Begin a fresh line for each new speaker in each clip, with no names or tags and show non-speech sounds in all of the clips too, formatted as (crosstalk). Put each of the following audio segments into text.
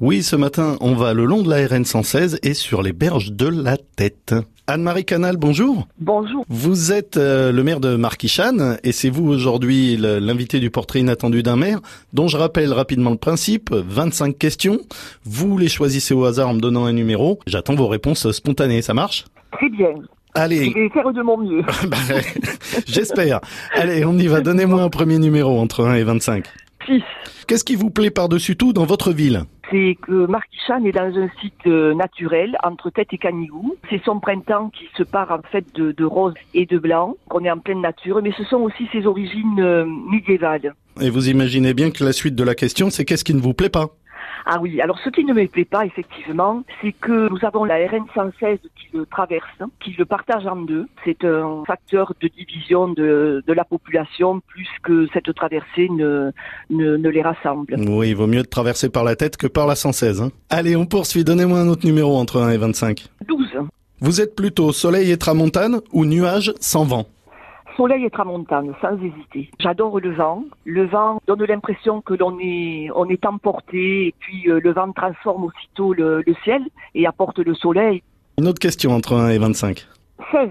Oui, ce matin, on va le long de la RN 116 et sur les berges de la Tête. Anne-Marie Canal, bonjour.
Bonjour.
Vous êtes euh, le maire de Marquichane et c'est vous aujourd'hui le- l'invité du portrait inattendu d'un maire dont je rappelle rapidement le principe, 25 questions. Vous les choisissez au hasard en me donnant un numéro. J'attends vos réponses spontanées, ça marche
Très bien. Je
Allez,
vais faire de mon mieux.
(laughs) bah, j'espère. Allez, on y va. Donnez-moi un premier numéro entre 1 et 25.
6.
Qu'est-ce qui vous plaît par-dessus tout dans votre ville
C'est que Marquichan est dans un site euh, naturel entre Tête et Canigou. C'est son printemps qui se part en fait de, de rose et de blanc, qu'on est en pleine nature, mais ce sont aussi ses origines euh, médiévales.
Et vous imaginez bien que la suite de la question, c'est qu'est-ce qui ne vous plaît pas
Ah oui, alors ce qui ne me plaît pas effectivement, c'est que nous avons la RN 116 qui le traverse, hein, qui le partage en deux. C'est un facteur de division de, de la population plus que cette traversée ne- ne, ne les rassemble.
Oui, il vaut mieux de traverser par la tête que par la 116. hein. Allez, on poursuit. Donnez-moi un autre numéro entre 1 et 25.
12.
Vous êtes plutôt soleil et tramontane ou nuage sans vent
Soleil et tramontane, sans hésiter. J'adore le vent. Le vent donne l'impression que l'on est, on est emporté, et puis euh, le vent transforme aussitôt le, le ciel et apporte le soleil.
Une autre question entre 1 et 25.
16.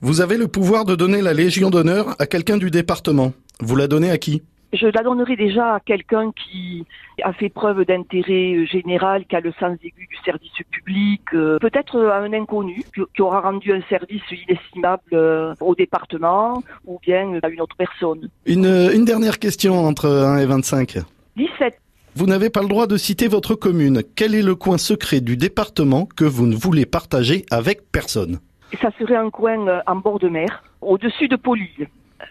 Vous avez le pouvoir de donner la Légion d'honneur à quelqu'un du département. Vous la donnez à qui
Je la donnerai déjà à quelqu'un qui a fait preuve d'intérêt euh, général, qui a le sens aigu du service public, euh, peut-être à un inconnu qui, qui aura rendu un service inestimable euh, au département ou bien euh, à une autre personne.
une, euh, une dernière question entre 1 et 25.
17.
Vous n'avez pas le droit de citer votre commune. Quel est le coin secret du département que vous ne voulez partager avec personne
Ça serait un coin euh, en bord de mer, au-dessus de Pauline,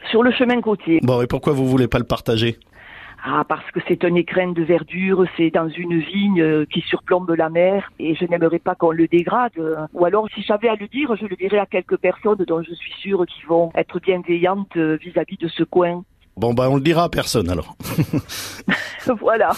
sur le chemin côtier.
Bon, et pourquoi vous voulez pas le partager
Ah, parce que c'est un écrin de verdure, c'est dans une vigne euh, qui surplombe la mer, et je n'aimerais pas qu'on le dégrade. euh. Ou alors, si j'avais à le dire, je le dirais à quelques personnes dont je suis sûre qu'ils vont être bienveillantes euh, vis-à-vis de ce coin.
Bon, bah on le dira à personne alors.
voilà.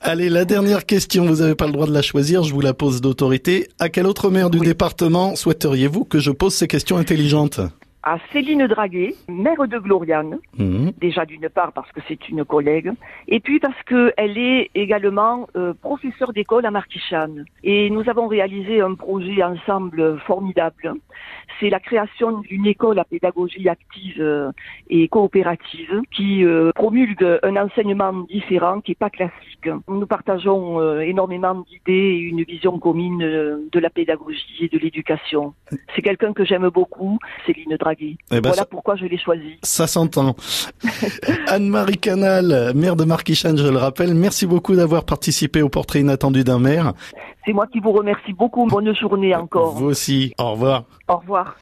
Allez, la dernière question, vous n'avez pas le droit de la choisir, je vous la pose d'autorité. À quel autre maire du
Oui.
département souhaiteriez-vous que je pose ces questions intelligentes
À Céline Draguet, maire de Gloriane,
Mhm.
déjà d'une part parce que c'est une collègue, et puis parce qu'elle est également euh, professeure d'école à Marquichane. Et nous avons réalisé un projet ensemble formidable. C'est la création d'une école à pédagogie active euh, et coopérative qui euh, promulgue un enseignement différent qui n'est pas classique. Nous partageons euh, énormément d'idées et une vision commune euh, de la pédagogie et de l'éducation. C'est quelqu'un que j'aime beaucoup, Céline Draghi.
Eh ben,
voilà
ça-
pourquoi je l'ai choisie.
Ça
(laughs)
s'entend. Anne-Marie Canal, maire de Marquichane, je le rappelle, merci beaucoup d'avoir participé au portrait inattendu d'un maire.
C'est moi qui vous remercie beaucoup. Bonne journée encore.
Vous aussi. Au revoir.
Au revoir.